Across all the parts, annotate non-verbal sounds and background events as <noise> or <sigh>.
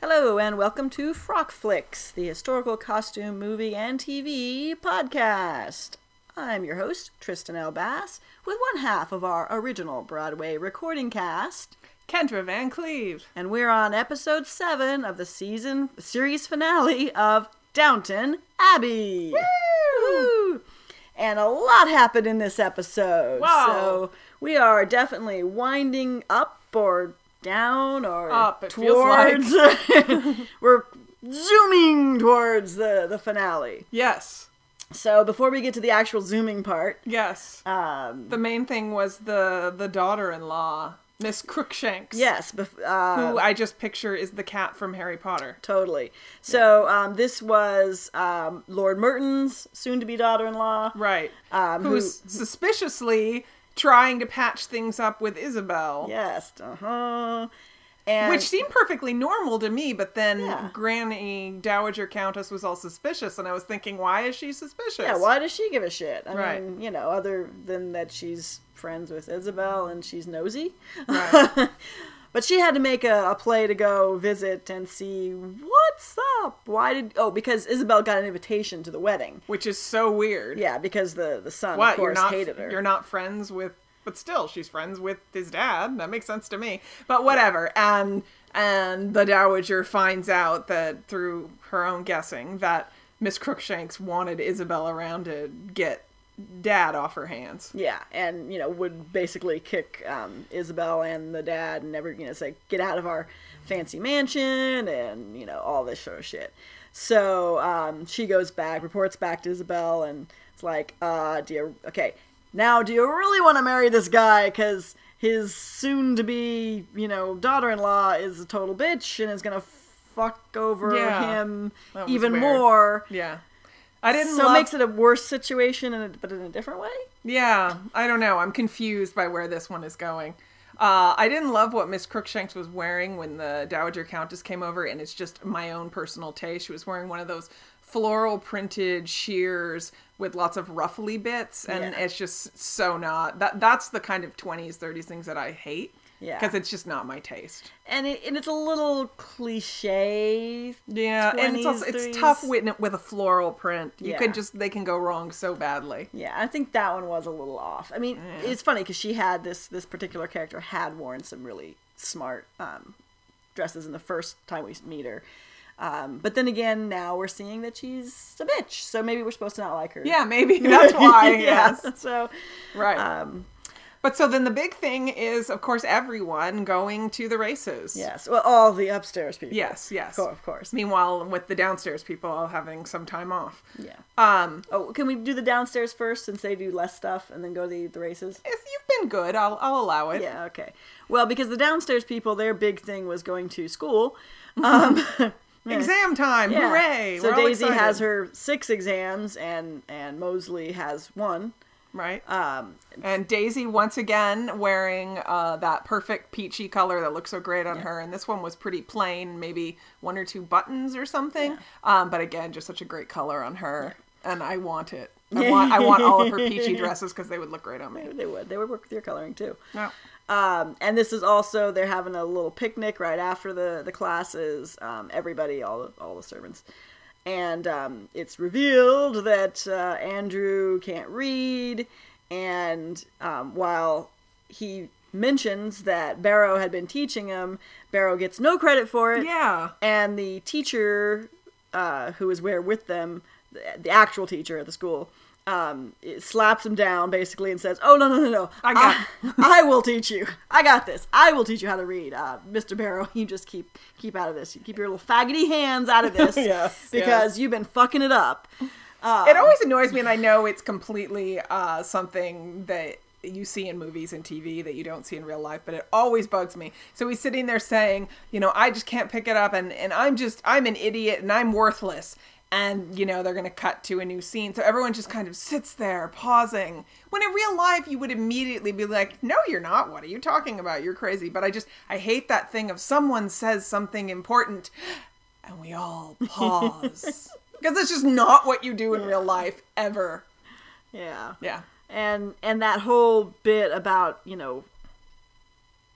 Hello, and welcome to Frock Flicks, the historical costume movie and TV podcast. I'm your host, Tristan L. Bass, with one half of our original Broadway recording cast, Kendra Van Cleve. and we're on episode 7 of the season series finale of Downton Abbey. Woo! And a lot happened in this episode. Wow. So we are definitely winding up or down or Up, it feels towards <laughs> we're zooming towards the, the finale. Yes. So before we get to the actual zooming part, Yes. um, the main thing was the the daughter-in-law, Miss Crookshanks. yes, bef- uh, Who I just picture is the cat from Harry Potter. Totally. So um, this was um, Lord Merton's soon-to-be daughter-in-law. Right. Um, Who's suspiciously trying to patch things up with Isabel. Yes. Uh huh. And Which seemed perfectly normal to me, but then Yeah. Granny Dowager Countess was all suspicious, and I was thinking, why is she suspicious? yeah, why does she give a shit? I Right. mean, you know, other than that she's friends with Isabel and she's nosy. Right. <laughs> But she had to make a, a play to go visit and see what's up. Why did oh because Isabel got an invitation to the wedding. Which is so weird. Yeah, because the the son what of course you're not hated her. you're not friends with but still she's friends with his dad that makes sense to me but whatever and and the dowager finds out that through her own guessing that miss crookshanks wanted isabel around to get dad off her hands Yeah, and you know would basically kick um, Isabel and the dad and never you know say get out of our fancy mansion and you know all this sort of shit. So um, she goes back, reports back to Isabel, and it's like, uh, do you okay now? Do you really want to marry this guy? Because his soon-to-be you know daughter-in-law is a total bitch and is gonna fuck over Yeah, him that was even weird. more. yeah i didn't so love, it makes it a worse situation, in a, but in a different way. yeah i don't know i'm confused by where this one is going uh, I didn't love what Miss Crookshanks was wearing when the Dowager Countess came over, and it's just my own personal taste. She was wearing one of those floral printed shears with lots of ruffly bits, and Yeah. it's just so not that. That's the kind of twenties, thirties things that I hate. Yeah. because it's just not my taste. and it, and it's a little cliche. Yeah, and it's also 20s, it's tough 30s. with with a floral print. You Yeah. could just they can go wrong so badly. Yeah, I think that one was a little off. I mean, it's funny because she had this this particular character had worn some really smart um, dresses in the first time we meet her, um, but then again, now we're seeing that she's a bitch. So maybe we're supposed to not like her. <laughs> Yeah, <laughs> maybe that's why. yeah. Yes, So right. um, But so then the big thing is, of course, everyone going to the races. yes, well, all the upstairs people. Yes, yes. Co- of course. Meanwhile, with the downstairs people all having some time off. Yeah. Um, Oh, can we do the downstairs first since they do less stuff and then go to the, the races? if you've been good, I'll, I'll allow it. Yeah, okay. Well, because the downstairs people, their big thing was going to school. Um, Exam time, yeah. hooray! So We're all Daisy excited. has her six exams, and and Mosley has one. right, Um, and Daisy once again wearing uh, that perfect peachy color that looks so great on her. And this one was pretty plain, maybe one or two buttons or something. Um, but again, just such a great color on her, and I want it. I want, I want all of her peachy dresses because they would look great on me. they would they would work with your coloring too. No. Um, and this is also they're having a little picnic right after the the classes. Um, everybody, all the- all the servants, and um, it's revealed that uh, Andrew can't read. And um, while he mentions that Barrow had been teaching him, Barrow gets no credit for it. Yeah. And the teacher uh, who was there with them, the, the actual teacher at the school, um, it slaps him down basically and says, "Oh no no no no! I got- <laughs> I, I will teach you. I got this. I will teach you how to read, uh, Mr. Barrow. <laughs> You just keep keep out of this. You keep your little faggoty hands out of this, <laughs> Yes, because you've been fucking it up." It always annoys me, and I know it's completely uh, something that you see in movies and TV that you don't see in real life, but it always bugs me. So he's sitting there saying, you know, I just can't pick it up, and, and I'm just, I'm an idiot, and I'm worthless. And, you know, they're going to cut to a new scene. So everyone just kind of sits there, pausing. When in real life, you would immediately be like, no, you're not. What are you talking about? You're crazy. But I just, I hate that thing of someone says something important and we all pause because that's just not what you do in real life ever. Yeah. Yeah, and and that whole bit about you know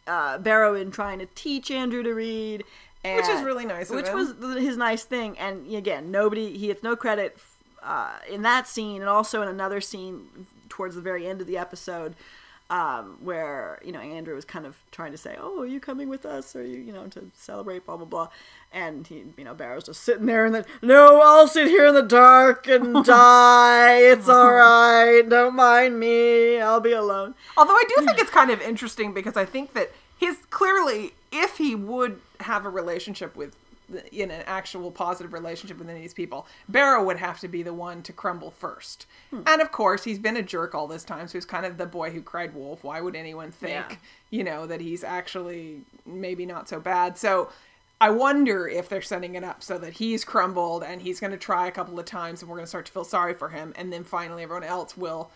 uh, Barrow in trying to teach Andrew to read, And, Which is really nice of Which him. was th- his nice thing. And again, nobody he gets no credit uh, in that scene, and also in another scene towards the very end of the episode. Um, where you know Andrew was kind of trying to say, "Oh, are you coming with us? Or you, you know, to celebrate?" Blah blah blah, and he, you know, Barrow's just sitting there and then, "No, I'll sit here in the dark <laughs> and die. It's all right. Don't mind me. I'll be alone." Although I do think it's kind of interesting because I think that his clearly, if he would have a relationship with, in an actual positive relationship with any of these people, Barrow would have to be the one to crumble first. And of course, he's been a jerk all this time, so he's kind of the boy who cried wolf. Why would anyone think, Yeah. you know, that he's actually maybe not so bad? So. I wonder if they're setting it up so that he's crumbled and he's going to try a couple of times and we're going to start to feel sorry for him. And then finally, everyone else will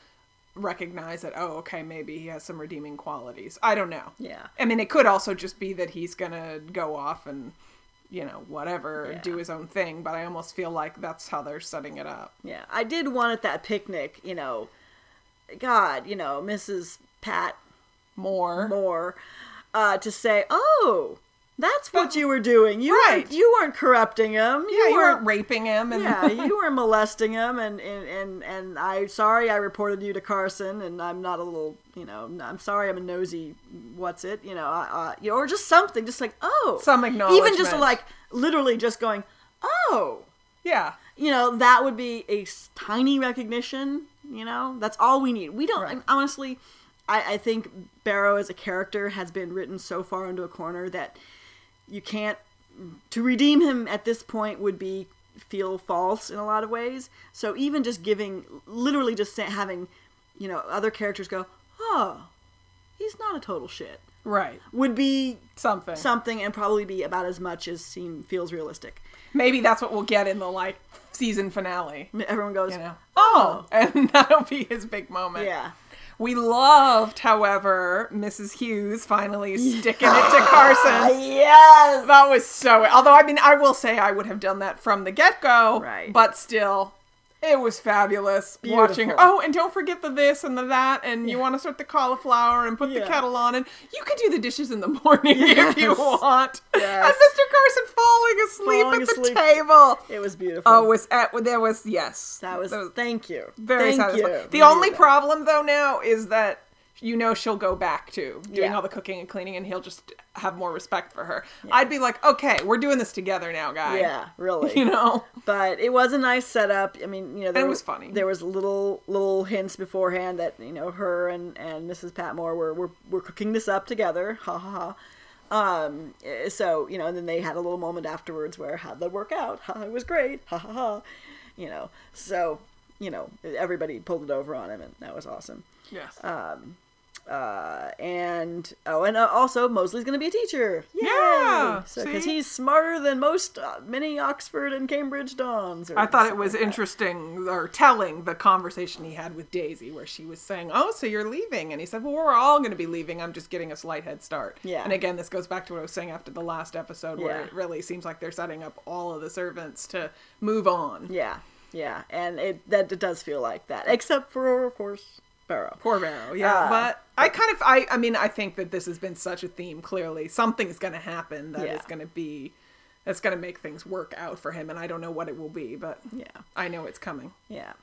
recognize that oh okay maybe he has some redeeming qualities i don't know Yeah. i mean it could also just be that he's gonna go off and you know whatever Yeah. do his own thing but i almost feel like that's how they're setting it up Yeah, I did want at that picnic, you know, God, you know, Mrs. Pat more Moore, uh, to say, "Oh, that's what you were doing. You Right. weren't, you weren't corrupting him. yeah you weren't <laughs> raping him and yeah, you were molesting him, and and and and I sorry I reported you to Carson, and I'm not a little, you know, I'm sorry I'm a nosy. What's it, you know, uh, uh, or just something, just like oh, Some even just acknowledgement. like literally just going, oh, <laughs> yeah you know that would be a s- tiny recognition you know that's all we need we don't Right. honestly I, I think barrow as a character has been written so far into a corner that you can't to redeem him at this point would be feel false in a lot of ways so even just giving literally just sa- having you know other characters go oh he's not a total shit right would be something something and probably be about as much as seem feels realistic maybe that's what we'll get in the like season finale everyone goes you know oh and <laughs> that'll be his big moment yeah we loved however mrs hughes finally sticking it to <laughs> carson yes. That was so. Although I mean, I will say I would have done that from the get go. Right. But still, it was fabulous watching. Beautiful. Oh, and don't forget the this and the that, and you want to start the cauliflower and put the Yeah. kettle on, and you could do the dishes in the morning <laughs> if you Yes. want. Yes. And Mr. Carson falling asleep Falling at the asleep. table. It was beautiful. Oh, it was at there was yes. that was thank you. very thank satisfying. you. The We only needed that. problem though now is that you know she'll go back to doing Yeah. all the cooking and cleaning, and he'll just have more respect for her. I'd be like, okay, we're doing this together now, guy. Yeah, really. <laughs> you know, But it was a nice setup. I mean, you know, there it was funny. There was little little hints beforehand that you know her and and Mrs. Patmore were were, were cooking this up together. Ha ha ha. Um. eh, So you know, and then they had a little moment afterwards where how'd that work out? Ha, it was great. Ha ha ha. You know. So you know, everybody pulled it over on him, and that was awesome. yes, uh, and oh, and uh, also Mosley's going to be a teacher. Yay! Yeah, so because see? he's smarter than most uh, many Oxford and Cambridge dons. or I thought it something was like that. interesting or telling the conversation he had with Daisy, where she was saying, "Oh, so you're leaving?" And he said, "Well, we're all going to be leaving. I'm just getting a slight head start." Yeah. And again, this goes back to what I was saying after the last episode, where Yeah. it really seems like they're setting up all of the servants to move on. Yeah, yeah, and it that it does feel like that, except for of course Barrow. Poor Barrow, yeah. Uh, but I kind of, I, I mean, I think that this has been such a theme. Clearly, something's going to happen that is Yeah. going to be, that's going to make things work out for him, and I don't know what it will be, but Yeah, I know it's coming. yeah.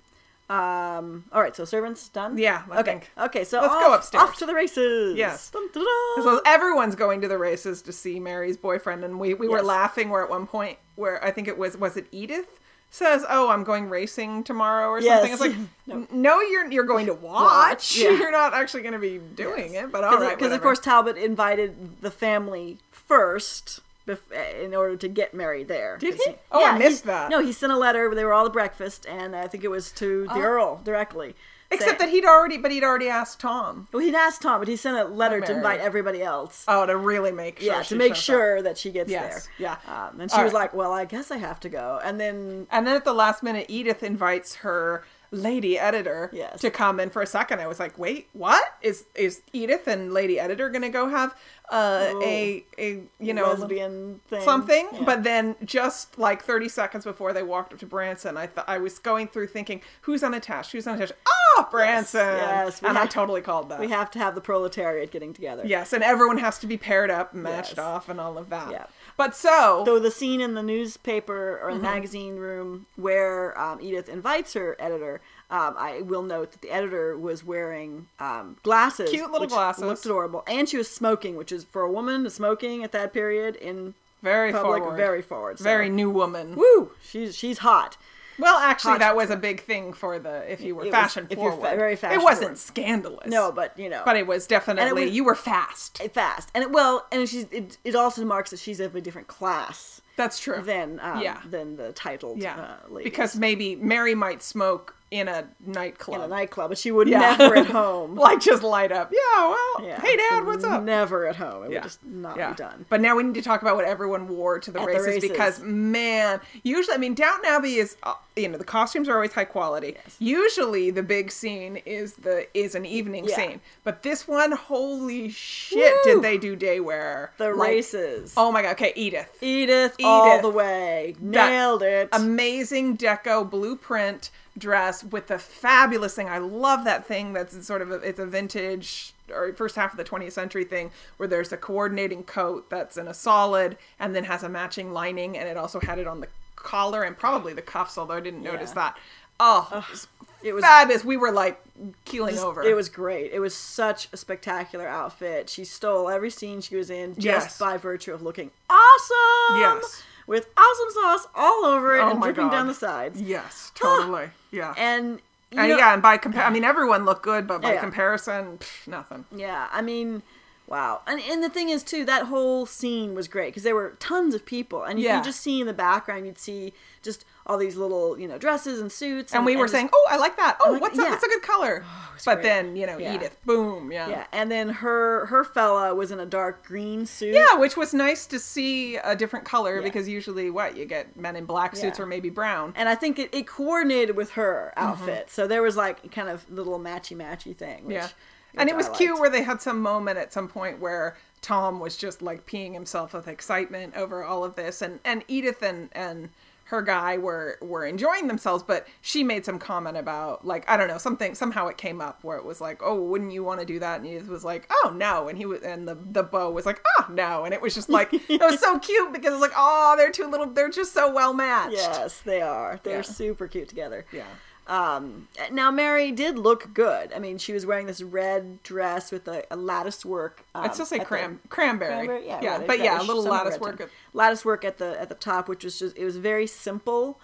Um. All right. So servants done. Yeah, I okay. think. Okay. So Let's off, go upstairs. Off to the races. Yes. Dun, dun, dun. So everyone's going to the races to see Mary's boyfriend, and we we were Yes. laughing. Where at one point, where I think it was, was it Edith? Says, "Oh, I'm going racing tomorrow or Yes. something." It's like, no. <laughs> No. you're you're going to watch. <laughs> Watch, yeah. You're not actually going to be doing it. But all right, because of whatever. course Talbot invited the family first bef- in order to get Mary there. Did 'Cause he? Oh, I missed he- that. No, he sent a letter. where They were all at breakfast, and I think it was to the Earl directly. Oh. Except that he'd already, but he'd already asked Tom. well, he'd asked Tom, but he sent a letter to Mary. invite everybody else. Oh, to really make sure. yeah, to she make shows up. sure that she gets Yes, there. yeah. um, and she All was right. like, "Well, I guess I have to go." And then And then at the last minute, Edith invites her lady editor Yes. to come and for a second i was like wait what is is edith and lady editor gonna go have uh, a a you know lesbian thing. something Yeah. but then just like 30 seconds before they walked up to branson i thought i was going through thinking who's unattached who's unattached oh branson yes, we and i have- totally called that we have to have the proletariat getting together. yes and everyone has to be paired up and matched Yes. off and all of that Yeah. but so So the scene in the newspaper or Mm-hmm. magazine room where um, Edith invites her editor, um, I will note that the editor was wearing um, glasses, Cute little which glasses. looked adorable, and she was smoking, which is for a woman smoking at that period in very public, forward very forward, so- very new woman Woo, she's she's hot. Well, actually, Hot- that was a big thing for the if you were It was- fashion if you're forward. fa- very fashion it wasn't forward. scandalous. No, but you know, but it was definitely was- you were fast. fast, and it, well, and she's it, it also marks that she's of a different class That's true. than um, Yeah. than the titled yeah, uh, ladies. because maybe Mary might smoke in in a a nightclub, nightclub, but she would <laughs> Yeah. never at home. like just light up. Yeah, well, Yeah. hey, Dad, what's up? Never at home. It Yeah. would just not Yeah. be done. But now we need to talk about what everyone wore to the, At the races, races. because man, usually I mean Downton Abbey is uh, you know the costumes are always high quality. Usually the big scene is the is an evening Yeah. scene, but this one, holy shit, Woo! did they do day wear? The Like, races. Oh my god. Okay, Edith. Edith, all Edith. the way. That- Nailed it. Amazing deco blueprint dress with the fabulous thing. I love that thing. That's sort of a, it's a vintage or first half of the 20th century thing where there's a coordinating coat that's in a solid and then has a matching lining and it also had it on the collar and probably the cuffs. Although I didn't notice Yeah. that. Oh, it was, it was- fabulous. We were like keeling over. <gasps> It was great. It was such a spectacular outfit. She stole every scene she was in just Yes. by virtue of looking awesome. Yes. With awesome sauce all over it Oh and my dripping God. down the sides. yes, totally. Yeah. And, you And know- yeah, and by <laughs> compar- I mean everyone looked good, but by Yeah. comparison, pff, nothing. Yeah, I mean, wow. And and the thing is too, that whole scene was great because there were tons of people, and if Yeah. you just see in the background, you'd see just all these little you know dresses and suits, and we were just- saying, "Oh, I like that. Oh, like what's that. up? Yeah. Oh, That's a good color." but great. then you know, Yeah. Edith, boom, yeah. yeah. yeah, And then her her fella was in a dark green suit. which was nice to see a different color Yeah. because usually what you get men in black suits Yeah. or maybe brown. And I think it, it coordinated with her Mm-hmm. outfit, so there was like kind of little matchy matchy thing. Which, yeah, and which it was I cute liked. where they had some moment at some point where Tom was just like peeing himself with excitement over all of this, and and Edith and and her guy were were enjoying themselves but she made some comment about like i don't know something somehow it came up where it was like oh wouldn't you want to do that and edith was like oh no and he was and the the beau was like ah no and it was just like <laughs> it was so cute because it was like oh they're two little they're just so well matched Yes, they are. They're Yeah. super cute together. yeah Um, now Mary did look good. I mean, she was wearing this red dress with a, a lattice work. Um, it's just like at the- cram cranberry. cranberry, yeah, red- but yeah a reddish, little some lattice red work tone. lattice work at the at the top, which was just it was very simple,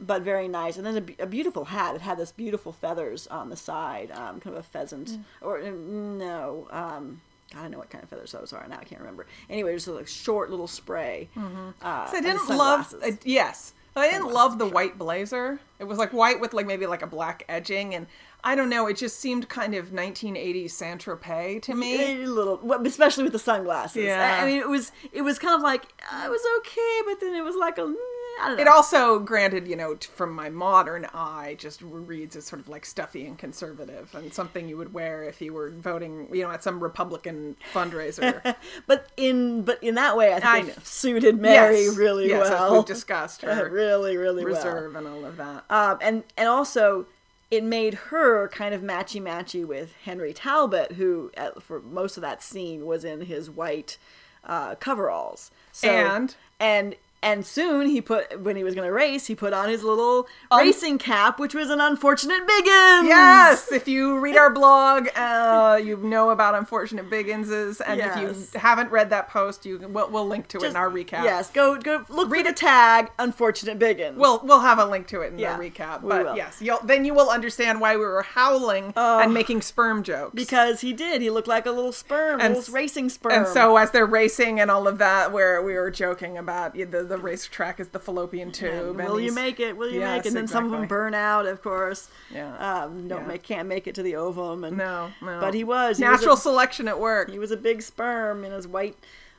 but very nice. And then a, be- a beautiful hat. It had this beautiful feathers on the side, um, kind of a pheasant Mm. or uh, no. Um, I don't know what kind of feathers those are now. I can't remember. Anyway, just a like, short little spray. uh, Mm-hmm. So I and didn't love. sunglasses. I, yes, I didn't love the white blazer. It was like white with like maybe like a black edging, and I don't know. It just seemed kind of 1980s Saint Tropez to me. a little well, especially with the sunglasses Yeah. I, I mean it was it was kind of like i was okay but then it was like a mm, i don't know It also, granted, you know, t- from my modern eye, just reads as sort of like stuffy and conservative, and something you would wear if you were voting, you know, at some Republican fundraiser. but in but in that way i think I it know. suited mary Yes, really yes, as well we've discussed her <laughs> really really reserve and all of well that. um and and also it made her kind of matchy matchy with henry talbot who at, for most of that scene was in his white uh coveralls so And? and and soon he put when he was going to race he put on his little Um, racing cap which was an unfortunate biggins Yes, if you read our blog, uh, you know about unfortunate bigginses, and if Yes. you haven't read that post, you we'll, we'll link to it in our recap. Yes, go go look read a tag. Unfortunate Biggins. We'll, we'll have a link to it in Yeah, the recap, we but will. yes, you'll, then you will understand why we were howling and making sperm jokes. because he did. He looked like a little sperm, And a little s- racing sperm. and so as they're racing and all of that, where we were joking about yeah, the the racetrack is the fallopian tube. And And, will you these- make it? Will you Yes, make it? And then some of them exactly. burn out, of course. Yeah. Um, don't Yeah. make, can't make it to the ovum. And No, no. But he was he was natural a- selection at work. He was a big sperm in his white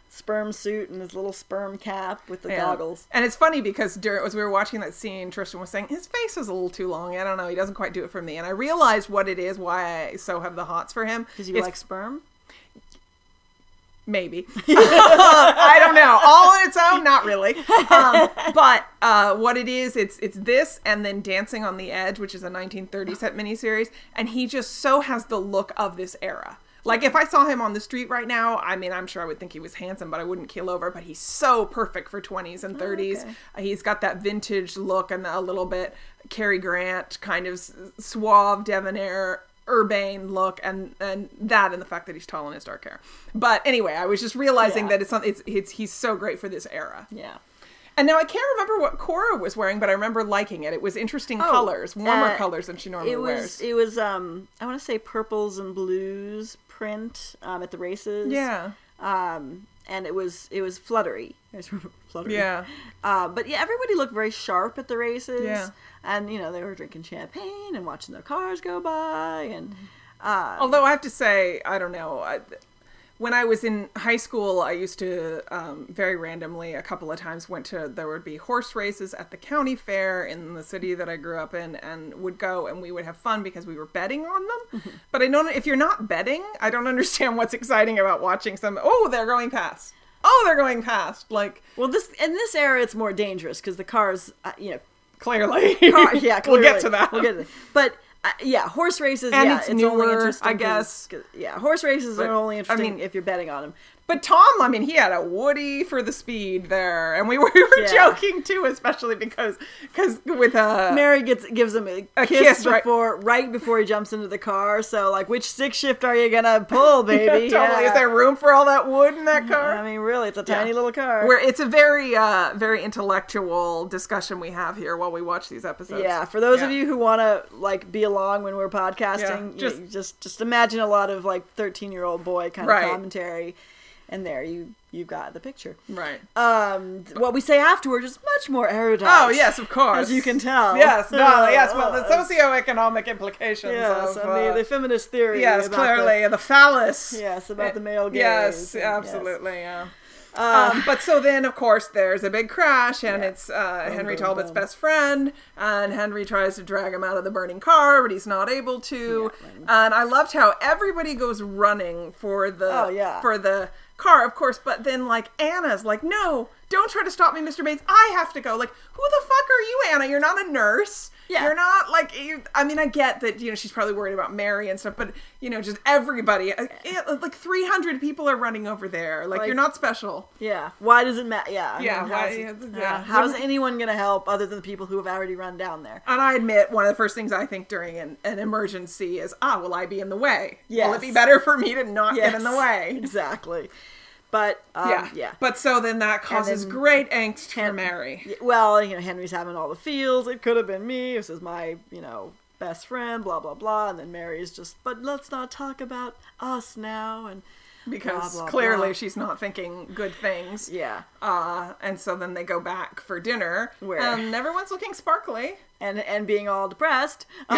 sperm suit and his little sperm cap with the Yeah. goggles. And it's funny because during as we were watching that scene, Tristan was saying his face was a little too long. I don't know. He doesn't quite do it for me. And I realized what it is why I so have the hots for him. Because you It's- like sperm? <laughs> maybe <laughs> I don't know. All on its own, not <laughs> really. <laughs> Um, but uh, what it is, it's it's this, and then Dancing on the Edge, which is a 1930s set miniseries, and he just so has the look of this era. Like if I saw him on the street right now, I mean, I'm sure I would think he was handsome, but I wouldn't keel over. But he's so perfect for 20s and 30s. Oh, okay. Uh, He's got that vintage look and a little bit Cary Grant kind of s- suave, debonair, urbane look, and and that and the fact that he's tall and has dark hair. But anyway, I was just realizing Yeah. that it's something. It's, it's he's so great for this era. Yeah. And now I can't remember what Cora was wearing, but I remember liking it. It was interesting colors, warmer Oh, uh, colors than she normally It was wears. it was um I want to say purples and blues print um at the races. yeah, Um and it was it was <laughs> fluttery. I just remember fluttery. yeah. Uh, but yeah, everybody looked very sharp at the races. Yeah. And you know they were drinking champagne and watching their cars go by and Mm-hmm. uh, Although I have to say, I don't know. I, when I was in high school, I used to um, very randomly a couple of times went to there would be horse races at the county fair in the city that I grew up in, and would go and we would have fun because we were betting on them. <laughs> But I don't if you're not betting, I don't <laughs> understand what's exciting about watching some. Oh, they're going past. Oh, they're going past. Like well this in this era it's more dangerous because the cars uh, you <laughs> know <laughs> clearly, car, yeah, we'll clearly. get to that. We'll get to that. But uh, yeah, horse races. And yeah, it's it's, only newer, interesting. I 'cause guess. it's- 'cause- yeah, horse races But, are only I interesting mean- if you're betting on them. But Tom, I mean, he had a Woody for the speed there, and we were, <laughs> we were Yeah. joking too, especially because because with uh, Mary gets gives him a, A kiss, kiss, right- before right. before he jumps into the car. So like, which stick shift are you gonna pull, <laughs> baby? <laughs> totally, Yeah. is there room for all that wood in that car? I mean, really, it's a Yeah. tiny little car. Where it's a very uh, very intellectual discussion we have here while we watch these episodes. yeah, for those of Yeah. you who want to like be along when we're podcasting, Yeah, you- just- just just imagine a lot of like thirteen year old boy kind Right. of commentary, and there you you got the picture. right. Um, th- what we say afterward is much more erudite. Oh yes, of course. as you can tell. <laughs> Yes, no, Oh, yes. Well, the oh, socioeconomic implications Yes, of and the, uh, the feminist theory. yes, about clearly, and the phallus. The, yes, about the male gaze. Yes, and- absolutely. Yeah. Um, but so then, of course, there's a big crash, and Yeah. it's uh, Henry boom, Talbot's boom. best friend, and Henry tries to drag him out of the burning car, but he's not able to. and I loved how everybody goes running for the Oh, yeah. for the car, of course. But then, like Anna's, like, no, don't try to stop me, Mister Bates. I have to go. Like, who the fuck are you, Anna? You're not a nurse. Yeah. You're not like you, I mean I get that you know she's probably worried about Mary and stuff but you know just everybody uh, it- like 300 people are running over there like Like- you're not special Yeah. Why does it matter? Yeah. I Yeah, mean, why- how's it- yeah, yeah, wouldn't- How's anyone going to help other than the people who have already run down there? And I admit, one of the first things I think during an, an emergency is, ah, will I be in the way? Will Yes. it be better for me to not get in the Yes, way? Exactly. But um, yeah. yeah. But so then that causes then- great angst for Hen- Mary. Yeah, Well, you know, Henry's having all the feels. It could have been me. This is my, you know, best friend, blah, blah, blah. And then Mary's just, but let's not talk about us now. And Because blah, blah, clearly blah. she's not thinking good things. yeah. Uh, and so then they go back for dinner. Where- And everyone's looking sparkly. And and being all depressed. <laughs>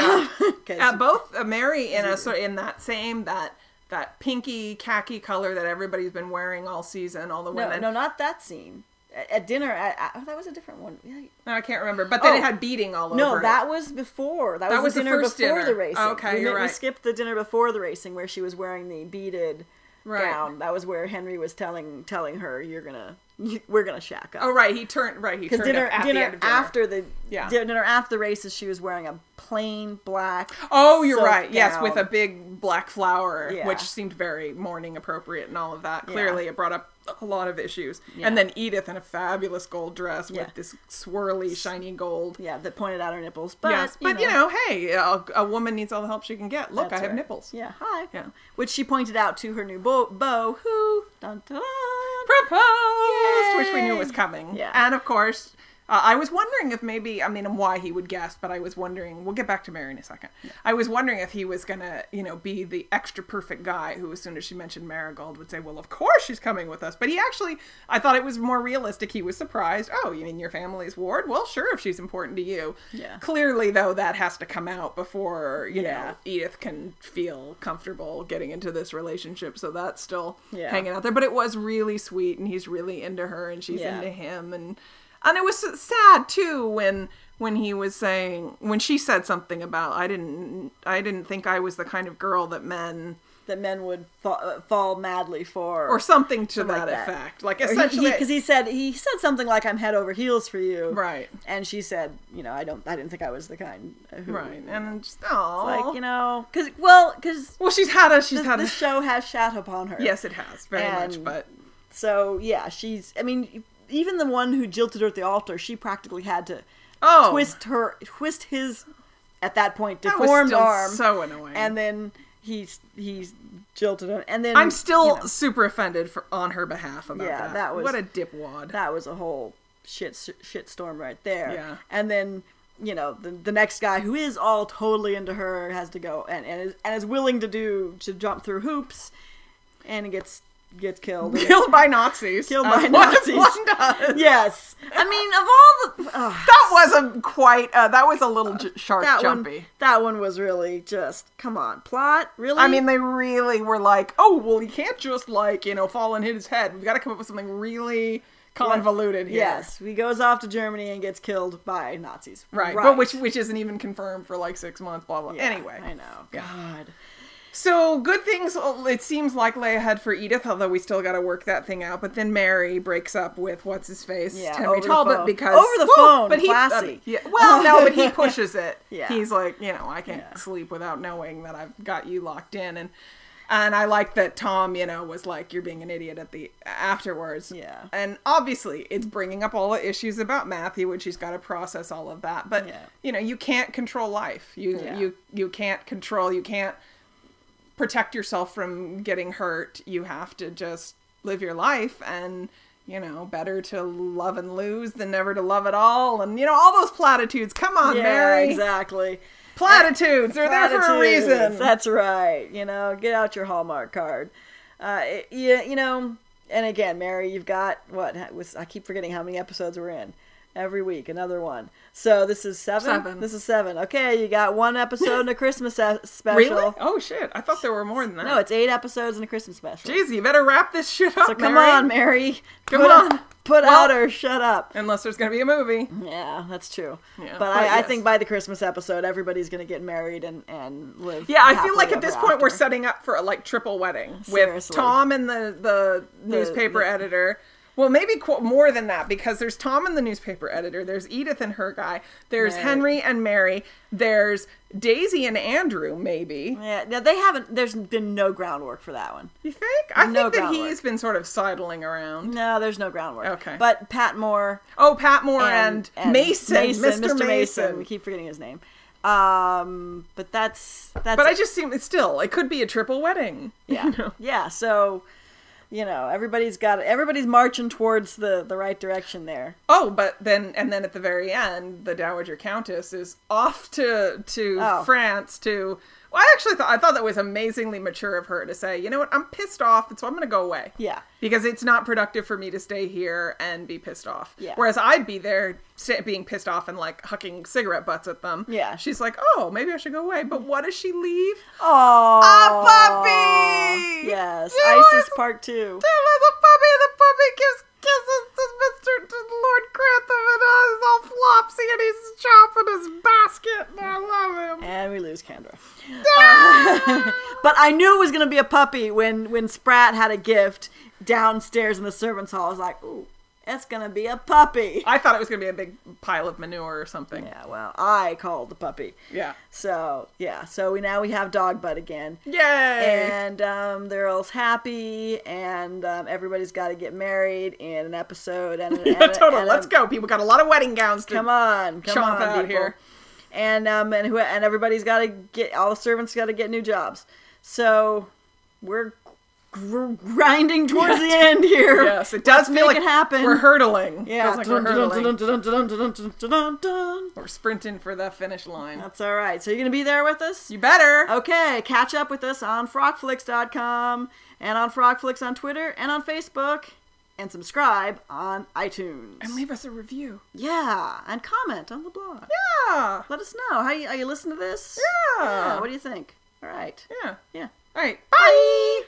'Cause- At both uh, Mary in a sort in that same that that pinky khaki color that everybody's been wearing all season, all the no, women. no, not that scene. At, at dinner, at, at- oh, that was a different one. Yeah, No, I can't remember. But then it Oh. had beading all No, over. it. that was before. That, was, the dinner first before dinner. the racing. Oh, okay, we, you're mi- we right. skipped the dinner before the racing where she was wearing the beaded Right. gown. That was where Henry was telling telling her, "You're gonna, you, we're gonna shack up." Oh right, he turned right. He turned Because dinner, up at the end dinner of dinner. after the Yeah. dinner after the races, she was wearing a plain black. Oh, you're silk right. Yes, gown. with a big black flower, Yeah. which seemed very morning appropriate and all of that. Yeah. Clearly, it brought up a lot of issues. Yeah. And then Edith in a fabulous gold dress Yeah. with this swirly, shiny gold. yeah that pointed out her nipples. But yes, but you know, hey, a, a woman needs all the help she can get. Look, I that's have right. nipples. Yeah, hi. Yeah. which she pointed out to her new beau, beau who dun, dun, dun. Proposed, which we knew was Yay. coming. Yeah. And of course, Uh, I was wondering if maybe, I mean, why he would guess, but I was wondering, we'll get back to Mary in a second. I was wondering if he was going to, you know, be the extra perfect guy who, as soon as she mentioned Marigold, would say, well, of course she's coming with us. But he actually, I thought it was more realistic. He was surprised. Oh, you mean your family's ward? Well, sure, if she's important to you. Yeah. Clearly, though, that has to come out before, you Yeah. know, Edith can feel comfortable getting into this relationship. So that's still Yeah. hanging out there. But it was really sweet, and he's really into her, and she's Yeah. into him, and and it was s- sad too when when he was saying when she said something about I didn't I didn't think I was the kind of girl that men that men would fa- uh, fall madly for or something to Something that, like that. effect. Like because essentially, he, 'cause he said he said something like i'm head over heels for you right, and she said you know i don't i didn't think i was the kind who right, and just, oh, like you know because well because well, she's had a she's this, had a, this show has shat upon her yes, it has very much, And- but so yeah she's i mean even the one who jilted her at the altar she practically had to oh, twist her twist his at that point that deformed was still arm so annoying. and then he's he's jilted him and then I'm still you know, super offended for on her behalf about Yeah, that. that was- what a dipwad. that was a whole shit shit storm right there. Yeah. And then you know the the next guy who is all totally into her has to go and and is, and is willing to do to jump through hoops, and gets gets <laughs> killed. And- killed by Nazis. Killed as by Uh, <laughs> one- Nazis. one does. yes. I mean of all the ugh, That wasn't quite. Uh, that was a little j- shark that jumpy. one that one was really just come on plot really. I mean, they really were like, "Oh, well, he can't just like you know fall and hit his head. We've got to come up with something really convoluted here." Yes, he goes off to Germany and gets killed by Nazis. right. But which which isn't even confirmed for like six months. Blah blah. Yeah, anyway, I know. God. So good things well, it seems like lay ahead for Edith, although we still got to work that thing out. But then Mary breaks up with what's his face, Yeah, Henry over the Talbot, phone. because Over the Woo! phone, But he, uh, classy. yeah, well, no, but <laughs> he pushes it. Yeah. he's like, you know, I can't Yeah. sleep without knowing that I've got you locked in, and and I like that Tom, you know, was like, you're being an idiot at the afterwards. Yeah. and obviously it's bringing up all the issues about Matthew, which she's got to process all of that. But Yeah. you know, you can't control life. You Yeah. you you can't control. You can't protect yourself from getting hurt. You have to just live your life and you know, better to love and lose than never to love at all. And you know, all those platitudes. Come on, Yeah, Mary. exactly. Platitudes. They're there for a Platitudes. reason. That's right. You know, get out your Hallmark card. Uh, it, you, you know, and again, Mary, you've got what ha- was I keep forgetting how many episodes we're in. Every week, another one. So this is seven. Seven. This is seven. Okay, you got one episode and a Christmas e- special. really? Oh shit. I thought there were more than that. No, it's eight episodes and a Christmas special. Jeez, you better wrap this shit up. so come Mary. on, Mary. Come put on. put Well- out or shut up. Unless there's gonna be a movie. Yeah, that's true. Yeah, but but I, I yes. think by the Christmas episode, everybody's going to get married and and live. Yeah, I happily feel like at ever this point we're after. setting up for a like triple wedding with Seriously. Tom and the the newspaper the- editor. Well, maybe qu- more than that because there's Tom and the newspaper editor. There's Edith and her guy. There's Mary. Henry and Mary. There's Daisy and Andrew. Maybe Yeah, no, they haven't. There's been no groundwork for that one. you think? I No think that groundwork. he's been sort of sidling around. No, there's no groundwork. Okay. but Patmore Oh, Patmore and, and, and Mason, Mr. Mason. We keep forgetting his name. Um, but that's that's. But I it. just seem it's still it could be a triple wedding. yeah you <laughs> know? yeah. So you know, everybody's got everybody's marching towards the the right direction there. Oh, but then and then at the very end, the Dowager Countess is off to to Oh. France to. Well, I actually thought I thought that was amazingly mature of her to say, you know what, I'm pissed off, and so I'm going to go away. Yeah. Because it's not productive for me to stay here and be pissed off. Yeah. Whereas I'd be there sta being pissed off and like hucking cigarette butts at them. Yeah. She's like, oh, maybe I should go away. But what does she leave? Oh, A puppy! Yes, Ah, You ISIS are- Part Two. There was a puppy. The puppy gives kisses to Mr. to Lord Grantham, and uh, he's all flopsy, and he's chopping his basket. And I love him. And we lose Kendra. <laughs> but I knew it was going to be a puppy when when Sprat had a gift downstairs in the servants' hall. I was like, ooh, that's going to be a puppy. I thought it was gonna be a big pile of manure or something. Yeah. Yeah, well, I called the puppy. So yeah, so we now we have Dog Butt again. Yay! And um, they're all happy, and um, everybody's got to get married in an episode. And, and, <laughs> <laughs> yeah, total. and Let's a- go, people. Got a lot of wedding gowns to Come on, come chomp on, out people. here. And um, and who and everybody's got to get all the servants got to get new jobs. So we're gr- grinding towards <laughs> the end here. <laughs> Yes, it Let's does feel make like it happen. We're hurtling. yeah. Feels like we're hurtling. Dun-dun-dun-dun-dun-dun-dun-dun-dun-dun. We're sprinting for the finish line. That's all right. So you're gonna be there with us. You better. Okay, catch up with us on frogflix.com and on frogflix on Twitter and on Facebook and subscribe on iTunes. And leave us a review. yeah, and comment on the blog. Yeah. Let us know. How you, are you listening to this? Yeah. What do you think? All right. Yeah. Yeah. All right. Bye.